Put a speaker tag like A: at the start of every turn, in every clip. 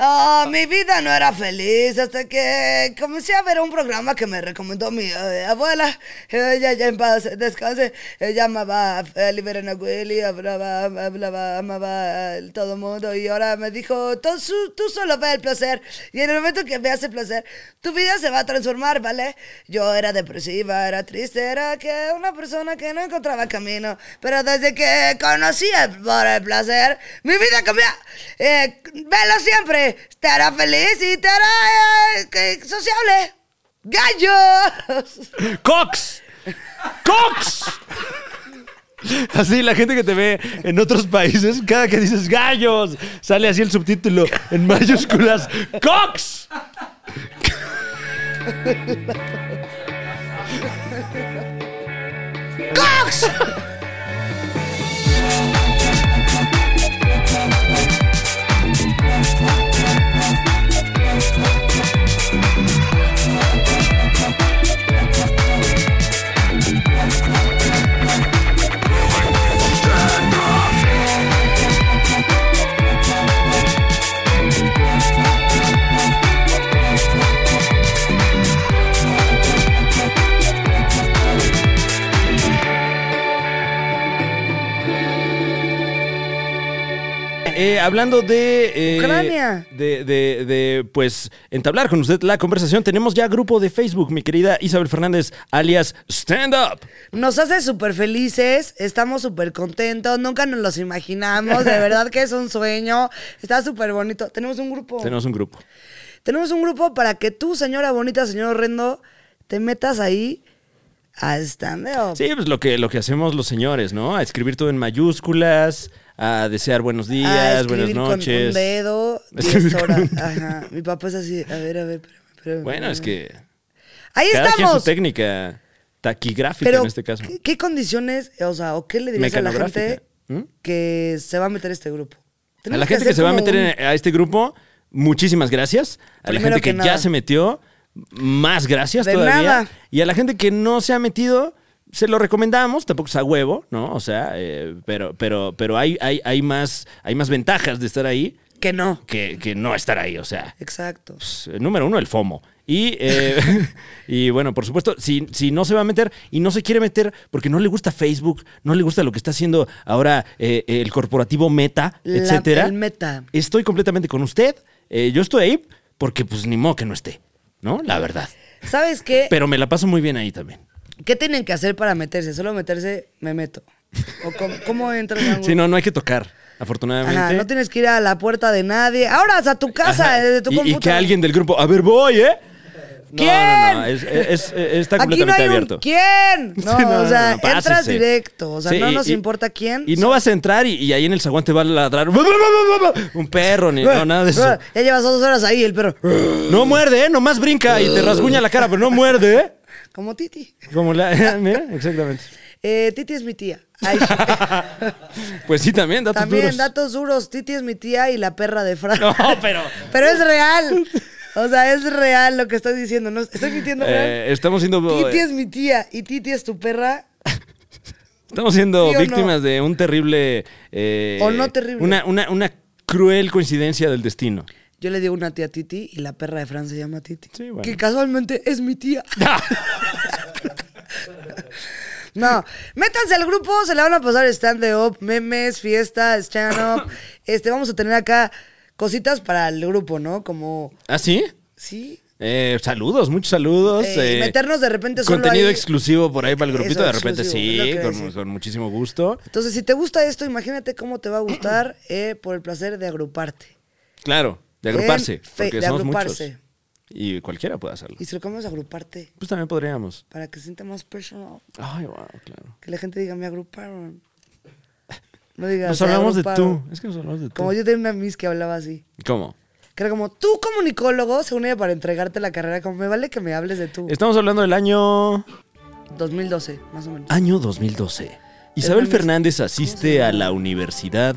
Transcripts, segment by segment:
A: Ah, mi vida no era feliz hasta que comencé a ver un programa que me recomendó mi eh, abuela. Ella ya en paz, descanse. Ella amaba a Liberena Willy, hablaba, hablaba, amaba a todo el mundo. Y ahora me dijo, tú, su- tú solo ve el placer. Y en el momento que veas el placer, tu vida se va a transformar, ¿vale? Yo era depresiva, era triste, era que una persona que no encontraba camino. Pero desde que conocí el, por el placer, mi vida cambió. Eh, velo siempre, te hará feliz y te hará eh, que- sociable. ¡Gallos!
B: ¡Cox! ¡Cox! Así la gente que te ve en otros países, cada que dices gallos, sale así el subtítulo en mayúsculas. ¡Cox!
A: ¡Cox!
B: Eh, hablando de, eh,
A: Ucrania.
B: De, de- de, pues, entablar con usted la conversación, tenemos ya grupo de Facebook, mi querida Isabel Fernández, alias Stand Up.
A: Nos hace súper felices, estamos súper contentos, nunca nos los imaginamos, de verdad que es un sueño, está súper bonito. Tenemos un grupo.
B: Tenemos un grupo.
A: Tenemos un grupo para que tú, señora bonita, señor horrendo, te metas ahí a stand-up.
B: Sí, pues lo que, lo que hacemos los señores, ¿no? A escribir todo en mayúsculas, a desear buenos días,
A: a
B: buenas
A: escribir
B: noches.
A: Con un dedo,
B: A escribir
A: 10 horas.
B: con un dedo.
A: Ajá. Mi papá es así, a ver, a ver, espérame, espérame,
B: Bueno, es que
A: Ahí
B: cada quien su
A: estamos.
B: técnica taquigráfica
A: Pero,
B: en este caso.
A: ¿qué, qué condiciones, eh, o sea, o qué le dirías a la gente
B: Mecanográfica. ¿Mm?
A: que se va a meter a este grupo?
B: A
A: Tenemos
B: la gente que,
A: hacer
B: se va a
A: como
B: meter
A: un-
B: en- a este grupo, muchísimas gracias. A la
A: Primero
B: gente que,
A: que
B: ya
A: nada.
B: se metió, más gracias
A: De
B: todavía.
A: nada.
B: Y a la gente que no se ha metido, se lo recomendamos, tampoco es a huevo, ¿no? O sea, eh, pero, pero, pero hay, hay, hay, más, hay más ventajas de estar ahí
A: Que no.
B: que, que no estar ahí, o sea.
A: Exacto.
B: pues, eh, número uno, el FOMO. Y, eh, y bueno, por supuesto, si, si no se va a meter y no se quiere meter porque no le gusta Facebook, no le gusta lo que está haciendo ahora eh, el corporativo Meta,
A: La-
B: etcétera.
A: el Meta.
B: Estoy completamente con usted. Eh, yo estoy ahí porque pues ni modo que no esté, ¿no? La verdad.
A: ¿Sabes qué?
B: Pero me la paso muy bien ahí también.
A: ¿Qué tienen que hacer para meterse? Solo meterse, me meto. ¿O cómo, cómo entras a un
B: Sí,
A: grupo?
B: no, no hay que tocar, afortunadamente.
A: Ajá, no tienes que ir a la puerta de nadie. Ahora hasta tu casa,
B: Ajá.
A: desde tu
B: y, y
A: computadora.
B: que alguien del grupo, a ver, voy, ¿eh? No, No, no,
A: ¿Quién?
B: es- es- es- está
A: Aquí no
B: completamente
A: hay un
B: abierto.
A: quién. No,
B: Sí, no,
A: o sea,
B: no, no,
A: entras
B: pásese.
A: directo. O sea,
B: Sí,
A: no
B: y-
A: nos
B: y-
A: importa quién.
B: Y no vas a entrar y, y ahí en el zaguán te va a ladrar un perro, ni no, nada de eso.
A: Ya llevas dos horas ahí, el perro.
B: No muerde, ¿eh? Nomás brinca y te rasguña la cara, pero no muerde, ¿eh?
A: Como Titi.
B: Como la. Mira, exactamente.
A: Eh, Titi es mi tía. Ay, sí.
B: Pues sí, también, datos
A: También
B: duros.
A: datos duros. Titi es mi tía y la perra de Fran.
B: No, pero.
A: Pero es real. O sea, es real lo que estoy diciendo. ¿no? ¿Estoy mintiendo, Fran?
B: eh, estamos siendo,
A: Titi es mi tía y Titi es tu perra.
B: estamos siendo
A: ¿Sí o no?
B: víctimas de un terrible. eh,
A: O no terrible.
B: Una, una, una cruel coincidencia del destino.
A: Yo le digo una tía Titi y la perra de Fran se llama Titi.
B: Sí, bueno.
A: Que casualmente es mi tía.
B: ¿Ah,
A: No, métanse al grupo, se le van a pasar stand-up, memes, fiestas, stand-up. Este, vamos a tener acá cositas para el grupo, ¿no? Como,
B: ¿Ah, sí?
A: sí.
B: Eh, saludos, muchos saludos.
A: Eh,
B: eh,
A: meternos de repente solo
B: Contenido
A: ahí.
B: exclusivo por ahí para el grupito,
A: Eso,
B: de repente
A: exclusivo, es
B: sí,
A: lo que iba a
B: con,
A: decir.
B: con muchísimo gusto.
A: Entonces, si te gusta esto, imagínate cómo te va a gustar eh, por el placer de agruparte.
B: Claro, de agruparse,
A: En fe-
B: porque
A: de
B: somos
A: agruparse.
B: muchos. Y cualquiera puede hacerlo.
A: Y si lo cambiamos a agruparte,
B: Pues también podríamos.
A: para que se sienta más personal.
B: Ay, wow, claro.
A: Que la gente diga, me agruparon. No digas,
B: Nos
A: "Se
B: hablamos de tú.
A: agruparon".
B: Es que nos hablamos de tú.
A: Como yo tenía una miss que hablaba así.
B: ¿Cómo?
A: Que era como, tú comunicólogo, según ella, para entregarte la carrera, como me vale que me hables de tú.
B: Estamos hablando del año...
A: 2012, más o menos.
B: Año 2012. Isabel
A: Hernández.
B: Fernández asiste a la Universidad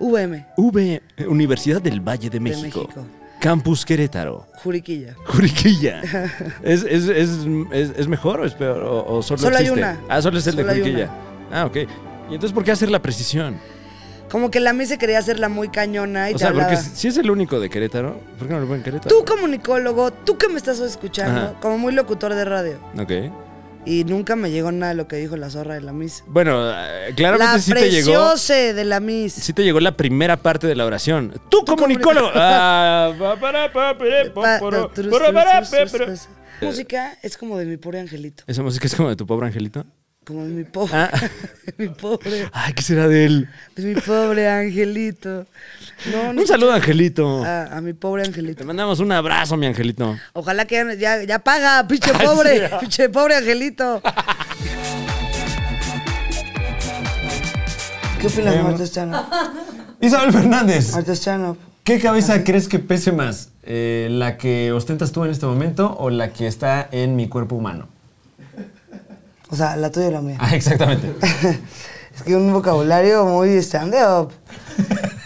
A: VM,
B: V... Universidad del Valle de México.
A: México.
B: Campus Querétaro.
A: Juriquilla.
B: Juriquilla. ¿Es, es, es, es, es mejor o es peor? ¿O, o solo,
A: Solo hay
B: existe?
A: una.
B: Ah, solo es el
A: Solo
B: de
A: hay
B: Juriquilla. Ah, ok. ¿Y entonces por qué hacer la precisión?
A: Como que la Misa quería hacerla muy cañona y
B: O
A: te
B: sea, porque
A: hablaba.
B: si es el único de Querétaro, ¿por qué no lo ponen en Querétaro?
A: Tú comunicólogo, tú que me estás escuchando,
B: Ajá.
A: como muy locutor de radio.
B: Ok.
A: Y nunca me llegó nada de lo que dijo la zorra de la misa.
B: Bueno, eh, claramente
A: la
B: sí te llegó.
A: preciose de la misa.
B: Sí te llegó la primera parte de la oración. Tú comunicólogo. Ah, pa, para, pa, pere, po,
A: Pa-
B: poro,
A: trus,
B: poro,
A: trus,
B: para,
A: trus,
B: pe,
A: trus,
B: pero-
A: trus. Música es como de mi pobre angelito.
B: Esa música es como de tu pobre angelito.
A: Como de mi pobre.
B: Ah.
A: mi pobre.
B: Ay, ¿qué será de él?
A: de mi pobre angelito. No, no.
B: Un saludo, angelito.
A: Ah, A, a mi pobre
B: Te
A: angelito.
B: mandamos un abrazo, mi angelito.
A: Ojalá que ya- ya, ya paga, pinche
B: Ah, sí,
A: pobre.
B: ya.
A: Pinche pobre angelito. ¿Qué opinas de
B: Em.
A: Marta Stanhope?
B: Isabel Fernández,
A: Marta Stanhope.
B: ¿qué cabeza crees que pese más? eh, ¿La que ostentas tú en este momento o la que está en mi cuerpo humano?
A: O sea, la tuya o la mía.
B: Ah, exactamente.
A: es que un vocabulario muy stand-up.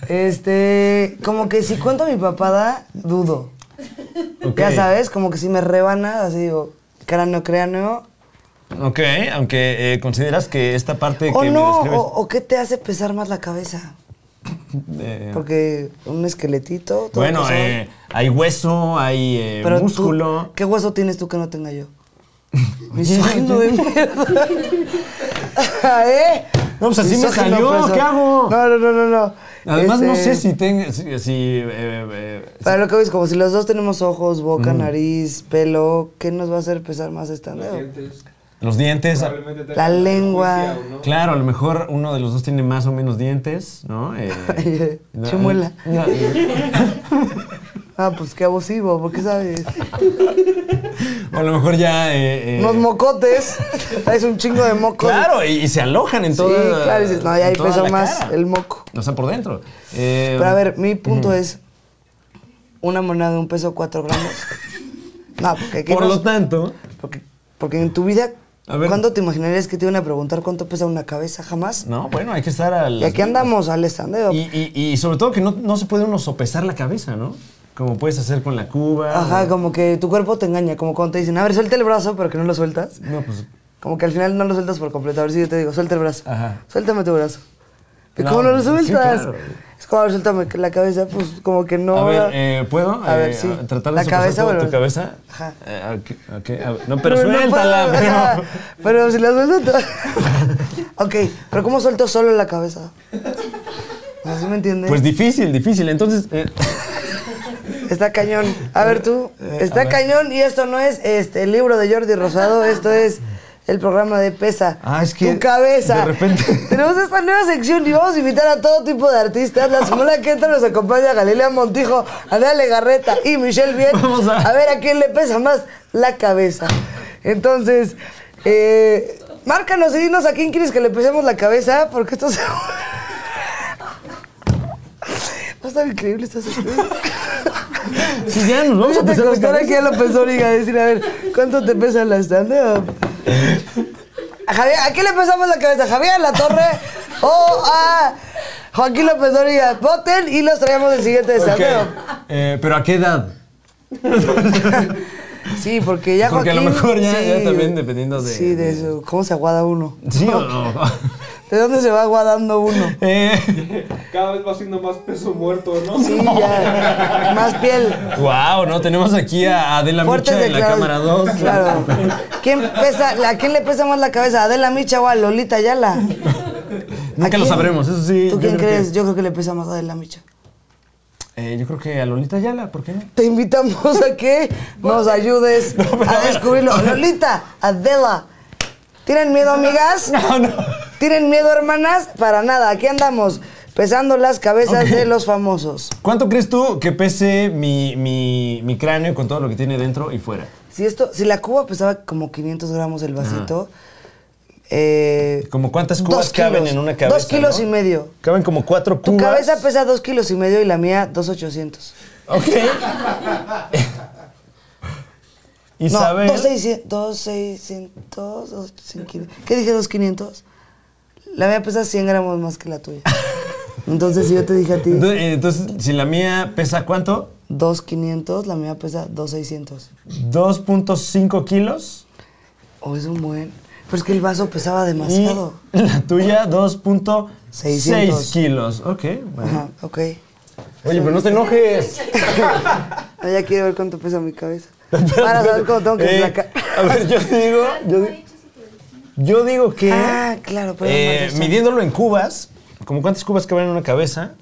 A: Este, como que si cuento mi papada, dudo.
B: Ok.
A: Ya sabes, como que si me rebana, así digo, cráneo, cráneo.
B: Ok, aunque eh, consideras que esta parte
A: O
B: que
A: Oh, no,
B: me describes...
A: o, o qué te hace pesar más la cabeza.
B: eh,
A: Porque un esqueletito. todo
B: bueno,
A: pesado.
B: eh, hay hueso, hay eh,
A: Pero tú,
B: músculo.
A: ¿Qué hueso tienes tú que no tenga yo? Misógino de mierda. ¿Eh?
B: No, pues así me
A: Misógino,
B: salió,
A: preso.
B: ¿qué hago?
A: No, no, no, no. no.
B: Además, no
A: Este-
B: sé si tenga... Si, si, eh, eh,
A: Para lo que ves, como si los dos tenemos ojos, boca, nariz, pelo, ¿qué nos va a hacer pesar más estando?
B: los dientes...
A: La lengua.
B: Claro, a lo mejor uno de los dos tiene más o menos dientes, ¿no? Eh, no,
A: Chimuela.
B: no,
A: Ah, pues qué abusivo, porque sabes.
B: Eh. o a lo mejor ya... eh, eh,
A: Unos mocotes, traes un chingo de mocos.
B: Claro, y, y se alojan en
A: Sí,
B: todo...
A: claro, dices, no, ya ahí pesa más el moco.
B: O sea, por dentro. Eh,
A: Pero a ver, mi punto es, una moneda de un peso, cuatro gramos. No, porque aquí
B: Por
A: no-
B: lo tanto...
A: porque, porque en tu vida,
B: A ver.
A: ¿cuándo te imaginarías que te iban a preguntar cuánto pesa una cabeza? Jamás.
B: No, bueno, hay que estar al...
A: Y aquí andamos al estandeo.
B: Y, y- y sobre todo que no, no se puede uno sopesar la cabeza, ¿no? Como puedes hacer con la cuba.
A: Ajá,
B: o-
A: como que tu cuerpo te engaña, como cuando te dicen, a ver, suelta el brazo, pero que no lo sueltas.
B: No, pues.
A: Como que al final no lo sueltas por completo. A ver si yo te digo, suelta el brazo.
B: Ajá.
A: Suéltame tu brazo. ¿Y
B: No,
A: cómo no lo
B: sí,
A: sueltas?
B: claro.
A: Es como, a ver, suéltame la cabeza, pues como que no.
B: a ver, eh, ¿puedo?
A: A
B: Eh,
A: ver, sí.
B: Tratar de
A: La
B: sopesar
A: cabeza
B: tu-
A: o el
B: tu,
A: brazo.
B: cabeza.
A: Ajá.
B: Eh, ok, ok, a ver, No, pero,
A: no
B: suéltala,
A: puedo, ajá.
B: pero.
A: Pero si la suelto. te- ok, pero ¿cómo suelto solo la cabeza? ¿Así me entiendes?
B: Pues difícil, difícil. Entonces. eh,
A: Está cañón. A ver tú,
B: Eh, a
A: está
B: ver.
A: cañón y esto no es este el libro de Jordi Rosado, esto es el programa de Pesa.
B: Ah, es que
A: tu cabeza.
B: de repente-
A: Tenemos esta nueva sección y vamos a invitar a todo tipo de artistas. La semana que entra nos acompaña Galilea Montijo, Andrea Legarreta y Michelle Bien.
B: Vamos a-
A: ver a quién le pesa más la cabeza. Entonces, eh, márcanos y dinos a quién quieres que le pesemos la cabeza, porque esto se... Va a estar increíble esta sección.
B: si ya nos vamos a
A: Vamos a
B: pesar la
A: acostar aquí
B: cabeza.
A: a López Origa a decir, a ver, ¿cuánto te pesa la stand-up? A Javier, ¿a quién le pesamos la cabeza? ¿A ¿Javier a la torre o a Joaquín López Origa? Voten y los traemos el siguiente de
B: Ok,
A: stand-up.
B: eh, pero ¿a qué edad?
A: Sí, porque ya
B: Porque a lo
A: Joaquín...
B: mejor ya- ya también dependiendo de-
A: Sí, de
B: de-
A: eso. ¿Cómo se aguada uno?
B: Sí o no.
A: ¿De dónde se va aguadando uno?
B: Eh,
C: Cada vez va siendo más peso muerto, ¿no?
A: Sí, ya. Más piel.
B: wow, no, tenemos aquí a Adela
A: Fuertes
B: Micha en la
A: declaraciones.
B: cámara 2.
A: Claro. ¿Quién pesa, la- ¿A quién le pesa más la cabeza? ¿A Adela Micha o a Lolita Ayala?
B: Nunca
A: ¿A
B: lo
A: quién?
B: sabremos, eso sí.
A: ¿Tú
B: yo
A: quién
B: creo que-
A: crees? Yo creo que le pesa más a Adela Micha.
B: Eh, yo creo que a Lolita Ayala, ¿por qué no?
A: Te invitamos a que nos ayudes
B: pero
A: a
B: a ver,
A: descubrirlo.
B: a ver.
A: Lolita, Adela. ¿Tienen miedo, amigas?
B: No, no.
A: ¿Tienen miedo, hermanas? Para nada. Aquí andamos pesando las cabezas
B: Ok.
A: de los famosos.
B: ¿Cuánto crees tú que pese mi, mi, mi cráneo con todo lo que tiene dentro y fuera?
A: Si, esto, si la cuba pesaba como 500 gramos el vasito, eh,
B: ¿Como cuántas
A: Dos
B: cubas caben
A: kilos.
B: en una cabeza?
A: Dos kilos
B: no?
A: y medio.
B: Caben como cuatro
A: Tu
B: cubas.
A: cabeza pesa dos kilos y medio y la mía dos ochocientos.
B: Ok. y
A: No,
B: sabes.
A: dos seiscientos, dos seiscientos, dos cinquin- ¿Qué dije? ¿Dos quinientos? La mía pesa 100 gramos más que la tuya. Entonces, si yo te dije a ti
B: Ento- eh, Entonces, si la mía pesa cuánto?
A: dos quinientos, la mía pesa dos seiscientos.
B: 2.5 kilos.
A: O Oh, es un buen... Pues que el vaso pesaba
B: Y
A: demasiado.
B: Mm, la tuya, 2.6
A: 600.
B: kilos. Ok, bueno.
A: Ajá, ok.
B: Oye, pero no te enojes.
A: Ah, ya quiero ver cuánto pesa mi cabeza. Para saber cómo tengo que
B: Eh,
A: emplacar.
B: A ver, yo digo. Yo, di- yo digo que.
A: Ah, claro, pero
B: eh,
A: más de eso.
B: midiéndolo en cubas, como cuántas cubas caben en una cabeza.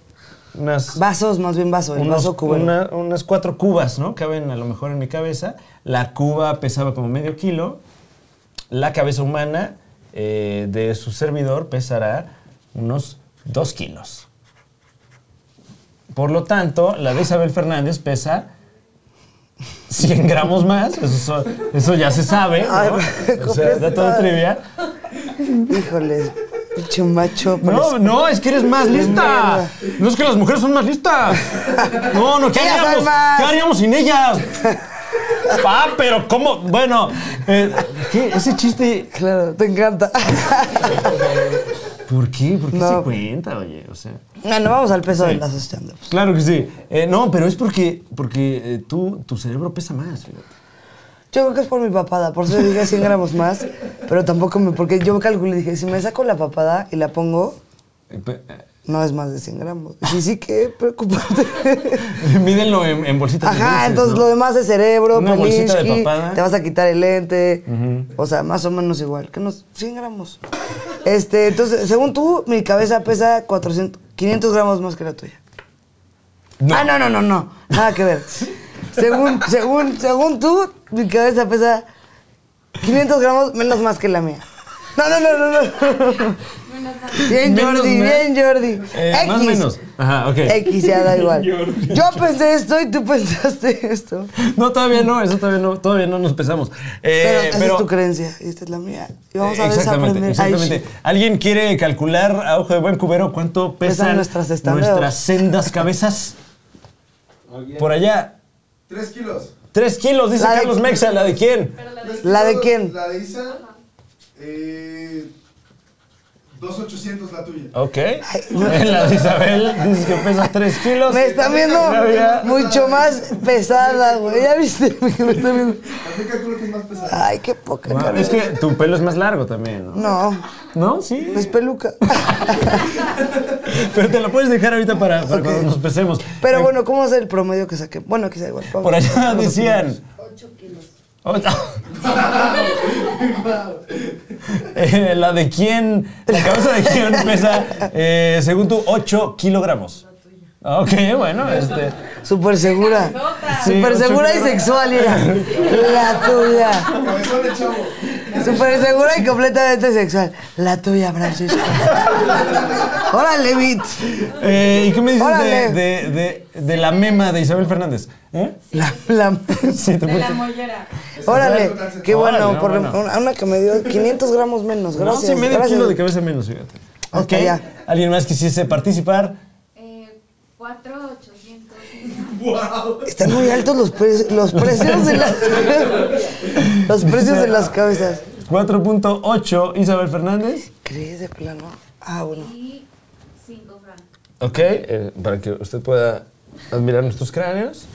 B: Unas.
A: Vasos, más bien vaso, el
B: unos-
A: vaso cubano.
B: una- unas cuatro cubas, ¿no? Caben a lo mejor en mi cabeza. La cuba pesaba como medio kilo. La cabeza humana eh, de su servidor pesará unos dos kilos. Por lo tanto, la de Isabel Fernández pesa 100 gramos más. Eso, so- eso ya se sabe. ¿no?
A: Ay,
B: o sea,
A: complicado.
B: dato de trivia.
A: Híjole, pinche macho.
B: No,
A: parece-
B: no, es que eres más lista. No es que las mujeres son más listas. No, no, ¿qué
A: Ellas son
B: haríamos?
A: más.
B: ¿Qué haríamos sin ellas? Ah, pero ¿cómo? Bueno, eh, ¿qué? Ese chiste.
A: Claro, te encanta.
B: ¿Por qué? ¿Por qué
A: No.
B: se cuenta, oye? O sea.
A: no, no, vamos al peso de las stand-ups.
B: Claro que sí. Eh, no, pero es porque, porque eh, tú, tu cerebro pesa más, fíjate.
A: Yo creo que es por mi papada, por eso dije 100 gramos más, pero tampoco me. Porque yo calculé, dije, si me saco la papada y la pongo,
B: Eh, pe- eh,
A: no es más de 100 gramos. Sí, sí, qué preocupante.
B: Mídenlo en, en bolsitas de
A: Ajá,
B: dulces,
A: entonces
B: ¿no?
A: lo demás es cerebro,
B: Una bolsita de
A: Pelinsky,
B: papada.
A: te vas a quitar el lente, o sea, más o menos igual, que unos 100 gramos. Este, entonces, según tú, mi cabeza pesa 400, 500 gramos más que la tuya. Ah, no, no, no, no, nada que ver. según, según, según tú, mi cabeza pesa 500 gramos menos más que la mía. No, no, no, no, no. Bien,
B: Menos
A: Jordi,
B: más.
A: bien, Jordi.
B: Eh, más o
A: X.
B: menos. Ajá, ok.
A: X ya da igual.
C: Jordi.
A: Yo pensé esto y tú pensaste esto.
B: No, todavía no, eso todavía no, todavía no nos pesamos.
A: Pero
B: Eh,
A: esa es tu creencia y esta es la mía. Y vamos a
B: Exactamente,
A: desaprender.
B: exactamente. ¿Alguien quiere calcular a ojo de buen cubero cuánto pesan,
A: Pesan nuestras estandeos.
B: nuestras sendas cabezas? Por allá,
D: Tres kilos.
B: 3 kilos, dice
A: La de-
B: Carlos Mexa, ¿la de quién?
D: Tres
A: ¿La de
D: kilos,
A: quién?
D: La de Isa. Eh, 2800 la tuya.
B: Ok. La de Isabel, dice que pesa 3
A: Ay,
B: kilos.
A: me está viendo
B: Claudia.
A: mucho más pesada, güey. Ya viste que me está viendo.
D: También calculo que es más pesada.
A: Ay, qué poca
B: Wow,
A: cara.
B: Ah, es que tu pelo es más largo también, ¿no?
A: No, Pues,
B: ¿No? Sí.
A: es peluca.
B: Pero te lo puedes dejar ahorita para, para cuando nos pesemos.
A: Pero bueno, ¿cómo es el promedio que saqué? Bueno, quizá igual. vamos.
B: Por allá decían. 8 kilos. Eh, la de quién, la cabeza de quién pesa, eh, según tú, 8 kilogramos. Ah, Ok, bueno, este.
A: Súper segura.
B: Sí,
A: Súper
B: ocho
A: segura y
B: kilos.
A: sexual, mira. La tuya.
D: Cabezón de chavo.
A: Súper segura y completamente sexual. La tuya, Francisco. Órale, Bit.
B: Eh, ¿Y qué me dices de,
A: Órale.
B: de- de- de la mema de Isabel Fernández? ¿Eh?
A: La, la-
B: Sí, te
E: De la
B: puse-
E: mollera.
A: Órale, qué
B: Órale,
A: bueno.
B: no,
A: por-
B: bueno.
A: Una, una que me dio 500 gramos menos,
B: No,
A: gracias.
B: sí, medio
A: gracias.
B: kilo de cabeza menos, fíjate.
A: Hasta
B: Ok.
A: allá.
B: ¿Alguien más quisiese participar?
E: Eh, 4,800.
A: Están muy altos los, pre- los precios de las los precios de las cabezas.
B: 4.8 Isabel Fernández.
A: ¿Crees de plano? Ah, bueno.
E: Y 5 francos.
B: Ok, eh, para que usted pueda admirar nuestros cráneos.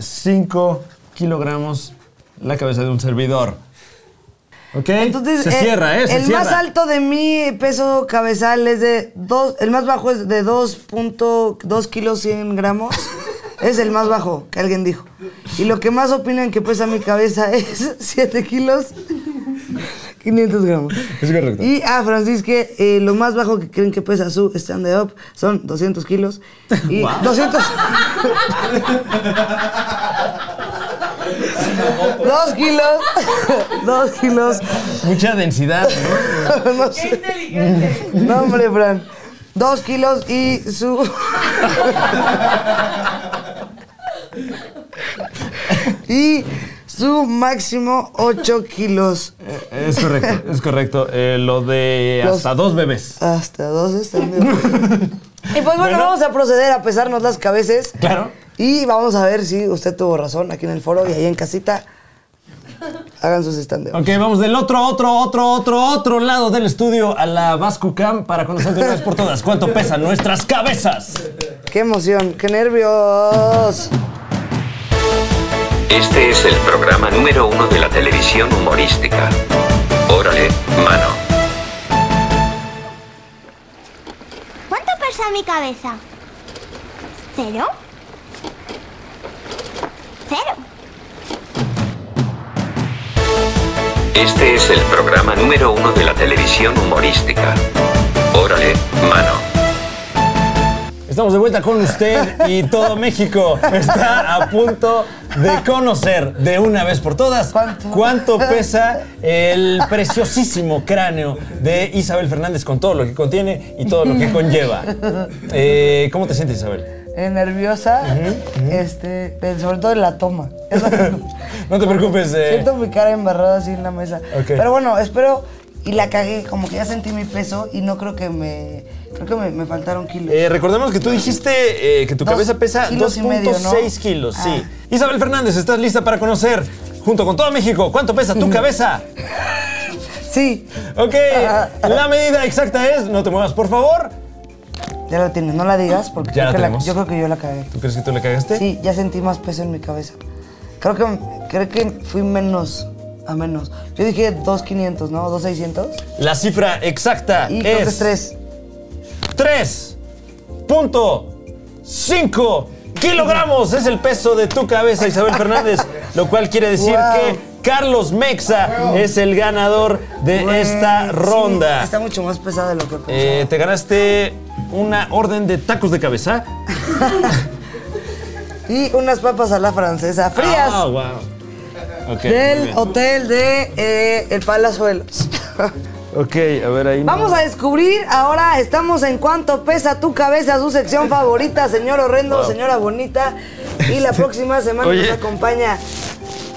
B: 5 kilogramos la cabeza de un servidor. Ok, se
A: eh,
B: cierra, ¿eh? Se
A: el
B: cierra.
A: más alto de mi peso cabezal es de dos, el más bajo es de 2.2 kilos 100 gramos. Es el más bajo que alguien dijo. Y lo que más opinan que pesa mi cabeza es 7 kilos 500 gramos.
B: Es correcto.
A: Y a Francisco, eh, lo más bajo que creen que pesa su stand-up son 200 kilos. Y 200... Dos kilos, dos kilos,
B: Mucha densidad, ¿no?
A: no sé. No, hombre, Fran. Dos kilos y su. y su máximo ocho kilos.
B: Eh, es correcto, es correcto. Eh, lo de
A: Los-
B: hasta dos bebés.
A: Hasta dos están bien. Y pues bueno, vamos a proceder a pesarnos las cabezas.
B: Claro.
A: Y vamos a ver si usted tuvo razón aquí en el foro y ahí en casita. Hagan sus stand
B: Ok, vamos del otro, otro, otro, otro, otro lado del estudio a la Vascucam para conocer de una vez por todas cuánto pesan nuestras cabezas.
A: ¡Qué emoción! ¡Qué nervios!
F: Este es el programa número uno de la televisión humorística. Hoy Órale, mano.
G: ¿Cuánto pesa mi cabeza? ¿Cero? ¿Cero?
F: Este es el programa número uno de la televisión humorística. Órale, mano.
B: Estamos de vuelta con usted y todo México está a punto de conocer de una vez por todas
A: ¿Cuánto?
B: pesa el preciosísimo cráneo de Isabel Fernández con todo lo que contiene y todo lo que conlleva. Eh, ¿Cómo te sientes, Isabel?
A: Eh, nerviosa, este, de- sobre todo en la toma. Eso-
B: No te preocupes. eh,
A: Siento mi cara embarrada así en la mesa.
B: Ok.
A: Pero bueno, espero y la cagué, como que ya sentí mi peso y no creo que me, creo que me, me faltaron kilos.
B: Eh, recordemos que tú dijiste eh, que tu
A: Dos
B: cabeza pesa
A: kilos y
B: 2.6
A: medio, ¿no?
B: kilos, sí.
A: Ah.
B: Isabel Fernández, ¿estás lista para conocer, junto con todo México, cuánto pesa tu cabeza?
A: Sí,
B: Ok, la medida exacta es, no te muevas por favor.
A: ya la tienes, no la digas porque
B: Ya la
A: creo que la-
B: tenemos.
A: yo creo que yo la cagué.
B: ¿Tú crees que tú le cagaste?
A: Sí, ya sentí más peso en mi cabeza. Creo que, creo que fui menos, a menos. Yo dije 2.500, ¿no? 2.600.
B: La cifra exacta
A: Y creo que es
B: es
A: 3.
B: 3.5 kilogramos. Es el peso de tu cabeza, Isabel Fernández. lo cual quiere decir
A: Wow.
B: que Carlos Mexa es el ganador de esta ronda.
A: Eh, está mucho más pesado de lo que pensaba.
B: Eh, te ganaste una orden de tacos de cabeza.
A: Y unas papas a la francesa frías
B: Ah, wow. Ok. muy
A: del
B: bien.
A: hotel de eh, El Palazuelo.
B: Ok, a ver ahí.
A: Vamos a descubrir ahora, estamos en cuánto pesa tu cabeza, su sección favorita, señor horrendo, señora bonita. Y la próxima semana
H: Oye.
A: nos acompaña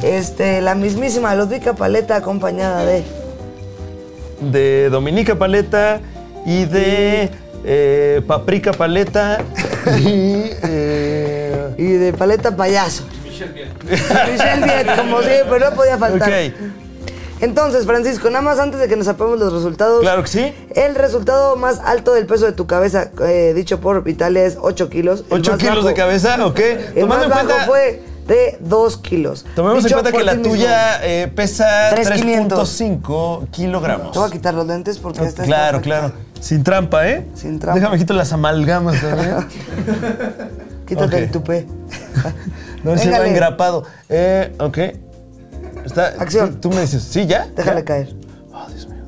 A: este, la mismísima Ludvica Paleta acompañada de...
B: De Dominica Paleta y de eh, Paprika Paleta y. eh,
A: Y de paleta payaso. Michelle Viet. Michelle Viet, como siempre, no podía faltar.
B: ok,
A: Entonces, Francisco, nada más antes de que nos sepamos los resultados.
B: claro que sí.
A: El resultado más alto del peso de tu cabeza, eh, dicho por Vitalia, es 8 kilos. El
B: 8
A: más
B: kilos de
A: bajo-
B: cabeza, ok.
A: El más bajo fue de 2 kilos.
B: tomemos en
A: Dicho
B: cuenta
A: por
B: que la
A: ti mismo.
B: tuya eh, pesa
A: 3,500.
B: 3.5 kilogramos.
A: Te voy a quitar los lentes porque esta está
B: Ah, Claro,
A: afectada.
B: claro. Sin trampa, ¿eh?
A: Sin trampa.
B: Déjame quito las amalgamas también.
A: Quítate
B: Ok.
A: el tupé.
B: No se va
A: Véngale.
B: engrapado. Eh, ok. Está,
A: Acción.
B: Tú, tú me dices, ¿sí ya?
A: Déjale
B: ¿Ya?
A: caer.
B: Oh, Dios mío.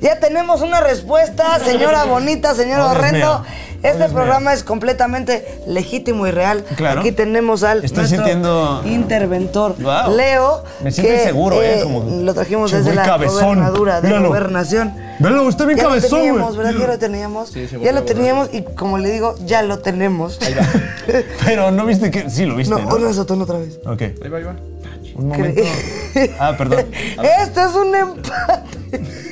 A: Ya tenemos una respuesta, señora bonita, señor
B: Oh, Dios
A: horrendo.
B: mío. Oh,
A: Este
B: Dios mío.
A: programa es completamente legítimo y real.
B: Claro.
A: Aquí tenemos al
B: Estoy
A: nuestro
B: sintiendo-
A: interventor
B: Wow.
A: Leo.
B: Me siento inseguro, ¿eh? Como-
A: Lo trajimos
B: Che,
A: desde
B: güey,
A: la
B: cabezón.
A: gobernadura de
B: Míralo.
A: gobernación.
B: Velo, está bien
A: Ya lo
B: cabezón,
A: teníamos,
B: güey.
A: ¿verdad? que Ya lo teníamos. ya lo teníamos y como le digo, ya lo tenemos.
B: Pero no viste que. Sí, lo viste.
A: no,
B: No,
A: hola, Sotón, otra vez.
B: Ok.
C: Ahí va, ahí va.
B: Un momento. Ah, perdón.
A: Esto es un empate.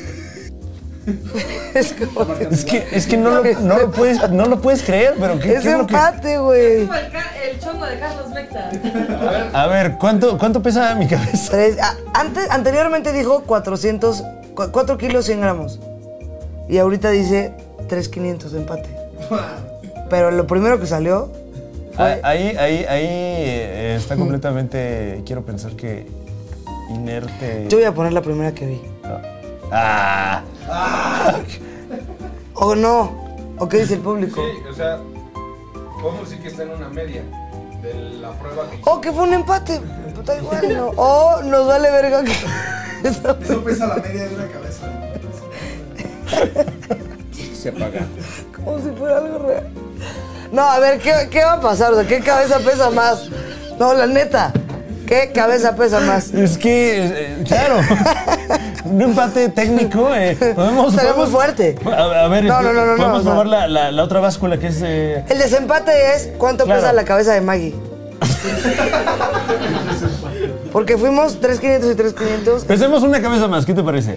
A: es como...
B: Es que, es que no, lo, no, lo puedes, no lo puedes creer, pero ¿qué,
A: Es
B: qué es lo que-
A: empate, güey.
I: Como el, ca- el chongo de Carlos Mexa.
B: A ver, ¿cuánto, ¿cuánto pesa mi cabeza?
A: Tres- ah, antes, anteriormente dijo 400, 4 kilos 100 gramos. Y ahorita dice 3,500 de empate. Pero lo primero que salió,
B: Ah, Ahí, ahí, ahí eh,
A: Mm.
B: está completamente. Quiero pensar que. Inerte.
A: yo voy a poner la primera que vi.
B: Ah.
A: ¿O no? ¿O qué dice el público?
C: Sí, o sea, podemos decir que está en una media de la prueba que
A: ¿O Oh, que fue un empate? Pues Da igual, ¿no? O nos vale verga que...
D: Eso pesa la media de una cabeza.
C: se apaga.
A: Como si fuera algo real. No, a ver, ¿qué, qué va a pasar? O sea, ¿qué cabeza pesa más? No, la neta. ¿Qué cabeza pesa más?
B: Es que, eh, claro, un empate técnico. Eh, podemos,
A: Estaría muy
B: podemos-
A: fuerte.
B: A, a ver,
A: No, no, no, no, no,
B: podemos
A: o sea-
B: probar la, la- la otra báscula que es. eh,
A: El desempate es cuánto
B: Claro.
A: pesa la cabeza de Maggie. Porque fuimos 3.500 y 3.500.
B: Pensemos una cabeza más, ¿qué te parece?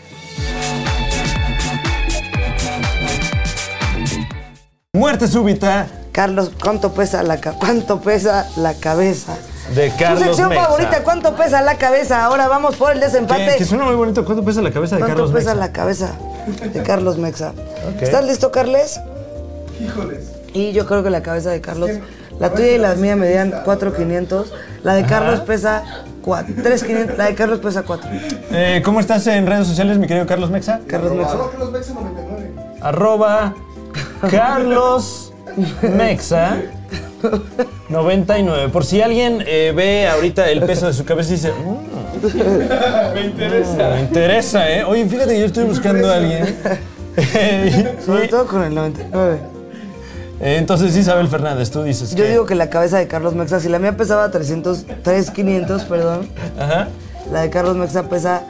B: Muerte súbita
A: Carlos, ¿cuánto pesa la, ca- cuánto pesa la cabeza?
B: de Carlos
A: tu sección
B: Mexa.
A: favorita, ¿cuánto pesa la cabeza? Ahora vamos por el
B: Que,
A: desempate.
B: que suena muy bonito. ¿Cuánto pesa la cabeza de
A: ¿Cuánto
B: Carlos
A: pesa
B: Mexa?
A: la cabeza de Carlos Mexa?
B: Ok.
A: ¿Estás listo, Carles?
D: Híjoles.
A: Y yo creo que la cabeza de Carlos, la tuya y la mía medían 4,500. La de Carlos pesa 3,500. La de Carlos pesa 4.
B: Eh, ¿Cómo estás en redes sociales, mi querido Carlos Mexa?
A: Carlos Mexa.
D: Arroba Carlos Mexa 99.
B: Arroba Carlos Mexa 99. Por si alguien eh, ve ahorita el peso de su cabeza y dice, "Mm,
C: Me interesa.
B: me interesa, ¿eh? Oye, fíjate que yo estoy buscando a alguien.
A: Sobre todo con el 99.
B: Entonces, Isabel Fernández, tú dices
A: Yo
B: que-
A: digo que la cabeza de Carlos Mexa, si la mía pesaba 300, 3,500, perdón,
B: Ajá.
A: la de Carlos Mexa pesa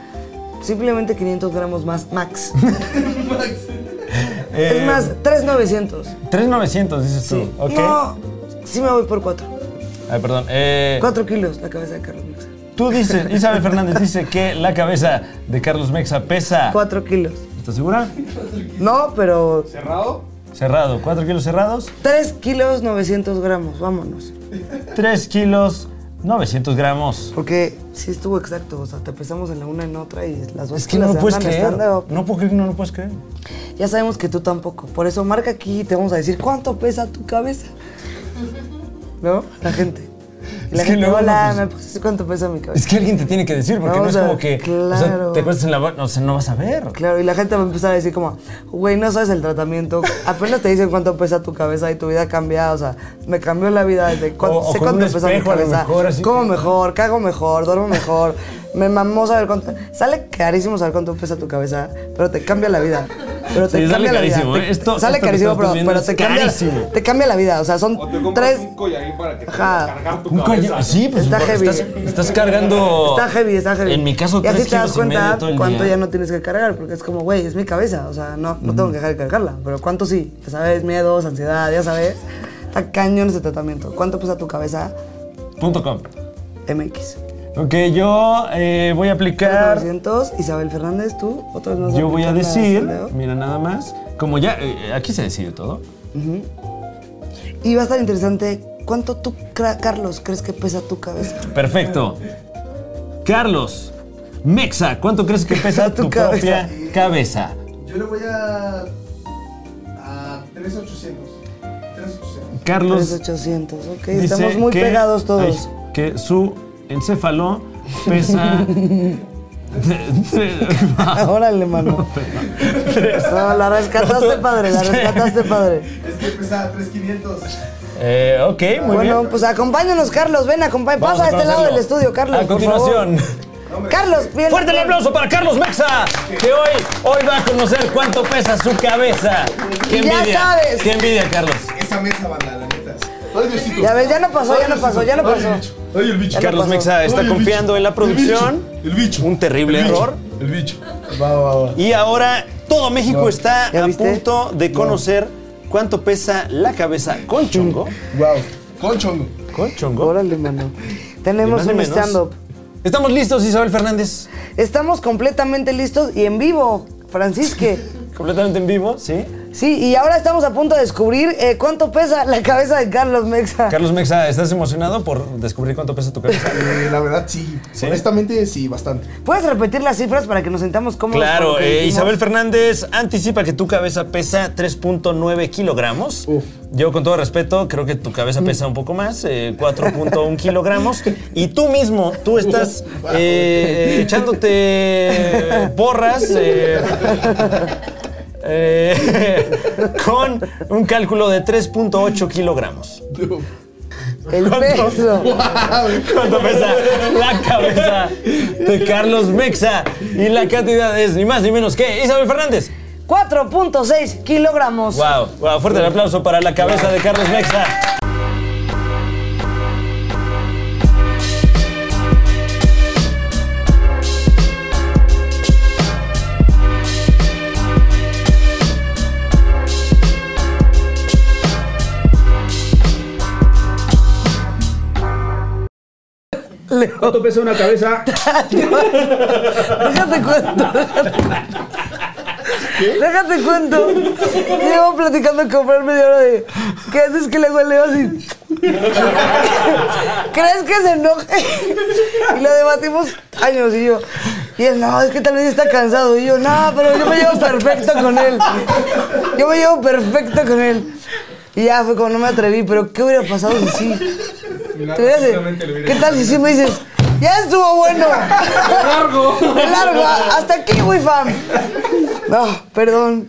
A: simplemente 500 gramos más, max.
B: Eh,
A: Es más, 3,900.
B: 3,900, dices tú. Ok.
A: No, sí me voy por 4.
B: Ay, perdón. Eh,
A: 4 kilos la cabeza de Carlos Mexa.
B: tú dices, Isabel Fernández dice que la cabeza de Carlos Mexa pesa.
A: 4 kilos.
B: ¿Estás segura?
A: No, pero
C: ¿Cerrado?
B: Cerrado. ¿Cuatro kilos cerrados?
A: 3 kilos 900 gramos, vámonos.
B: 3 kilos, 900 gramos.
A: Porque sí estuvo exacto, o sea, te pesamos en la una en otra y las dos
B: Es que no lo
A: kilos
B: puedes
A: andan
B: creer.
A: estando-
B: No puedo creer que no lo puedes creer.
A: Ya sabemos que tú tampoco. Por eso marca aquí y te vamos a decir cuánto pesa tu cabeza. ¿No? La gente. Y la
B: Es que
A: gente,
B: luego
A: hola,
B: no, pues
A: me puse cuánto pesa mi cabeza.
B: Es que alguien te tiene que decir, porque no,
A: Vamos
B: es
A: a-
B: como que. o sea,
A: claro.
B: te acuestas en la ba- O sea, no vas a ver.
A: Claro, y la gente va a empezar a decir como, güey, no sabes el tratamiento. Apenas te dicen cuánto pesa tu cabeza y tu vida cambia. O sea, me cambió la vida desde cuán-
B: O- o
A: sé
B: con
A: cuánto
B: un
A: pesa mi
B: espejo, a lo
A: cabeza.
B: mejor, así
A: como
B: que-
A: mejor, cago mejor, duermo mejor. Me mamó saber cuánto. Sale carísimo saber cuánto pesa tu cabeza, pero te cambia la vida. Pero te
B: Sí, sale
A: cambia la
B: carísimo,
A: vida. Te-
B: ¿eh? Esto-
A: sale
B: esto que
A: carísimo,
B: estás
A: pero,
B: viendo
A: pero
B: es
A: te, cambia,
B: carísimo.
A: te cambia la vida. O sea, son
C: ¿O te compras
A: tres.
C: un collarín para que te
A: Ajá.
C: cargar tu
B: Un
C: cabeza?
B: coño. Sí, pues
A: Está
B: porque
A: heavy.
B: Estás, estás cargando.
A: Está heavy, está heavy.
B: En mi caso,
A: y así
B: 3
A: te das
B: kilos y
A: cuenta
B: medio todo el
A: cuánto
B: día.
A: ya no tienes que cargar, porque es como, güey, es mi cabeza, o sea, no, no tengo que dejar de cargarla, pero cuánto sí, ya sabes, miedos, ansiedad, ya sabes, está cañón ese tratamiento. ¿Cuánto pesa tu cabeza?
B: Punto com.
A: MX.
B: Ok, yo eh, voy a aplicar.
A: 900, Isabel Fernández, tú, otra vez más.
B: Yo voy a
A: aplicar la
B: decir,
A: Sandeo.
B: mira nada más, como ya, eh, aquí se decide todo.
A: Y va a estar interesante, ¿cuánto tú, cra- Carlos, crees que pesa tu cabeza?
B: Perfecto. Carlos, Mexa, ¿cuánto crees que pesa
A: Tu
B: tu,
A: cabeza.
B: propia cabeza?
D: Yo le voy a. a 3800. 3800.
B: Carlos
A: 3,800, ok,
B: dice
A: estamos muy
B: que-
A: pegados todos.
B: ay, que su encéfalo pesa...
A: Órale, mano. No, la rescataste, padre, la rescataste, padre.
D: Es que pesa 3500.
B: Eh, ok, muy
A: bueno,
B: bien.
A: pues acompáñanos, Carlos. Ven, acompáñanos.
B: Vamos
A: Pasa a este lado
B: conocerlo.
A: del estudio, Carlos.
B: A
A: por favor.
B: continuación,
A: Carlos, piel-
B: fuerte el aplauso para Carlos Mexa, que hoy, hoy va a conocer cuánto pesa su cabeza. ¡Qué
A: Y ya
B: envidia!
A: sabes.
B: ¡Qué envidia, Carlos!
D: Esa mesa, banda, la neta. Ay, Diosito.
A: Ya ves, ya no pasó, ya no pasó, ya no
D: Ay,
A: pasó.
D: el bicho. Ay, el bicho.
A: Ya no
B: Carlos
A: pasó.
B: Mexa está
D: Ay, el
B: confiando
D: bicho.
B: en la producción.
D: El bicho. El bicho.
B: Un terrible
D: El bicho.
B: error.
D: El bicho. Va, va, va.
B: Y ahora todo México está
A: ¿Ya
B: a
A: viste?
B: punto de conocer cuánto pesa la cabeza con chongo.
D: Wow. Con chongo.
B: Con chongo.
A: Órale, mano.
B: Ni
A: Tenemos
B: más ni
A: un
B: menos.
A: stand-up.
B: Estamos listos, Isabel Fernández.
A: Estamos completamente listos y en vivo, Francisque.
B: Completamente en vivo, ¿sí?
A: Sí, y ahora estamos a punto de descubrir eh, cuánto pesa la cabeza de Carlos Mexa.
B: Carlos Mexa, ¿estás emocionado por descubrir cuánto pesa tu cabeza?
D: Eh, la verdad, sí. Honestamente, sí, bastante.
A: ¿Puedes repetir las cifras para que nos sentamos cómodos? con
B: Claro,
A: lo que
B: eh,
A: dijimos?
B: Isabel Fernández anticipa que tu cabeza pesa 3.9 kilogramos. Yo, con todo respeto, creo que tu cabeza pesa un poco más, eh, 4.1 kilogramos. Y tú mismo, tú estás eh, echándote porras. eh, eh, con un cálculo de 3.8 kilogramos.
A: El
B: ¿Cuánto?
A: peso.
B: ¿Cuánto pesa la cabeza de Carlos Mexa? Y la cantidad es ni más ni menos que Isabel Fernández.
A: 4.6 kilogramos.
B: Wow, wow, fuerte el aplauso para la cabeza de Carlos Mexa.
C: ¿Cuánto pesa una cabeza?
A: Déjate cuento. Déjate cuento. Llevo platicando con Fran media hora de. ¿Qué haces que le hago a Leo así? ¿Crees que se enoje? Y lo debatimos años y yo. Y él, no, es que tal vez está cansado. Y yo, no, pero yo me llevo perfecto con él. Yo me llevo perfecto con él. Y ya fue como no me atreví, pero ¿qué hubiera pasado si sí?
C: Nada,
A: Te hubieras-
C: simplemente le hubiera
A: ¿Qué tal si sí me dices, ya estuvo bueno?
C: largo.
A: De largo, hasta aquí, güey, fam. No, perdón.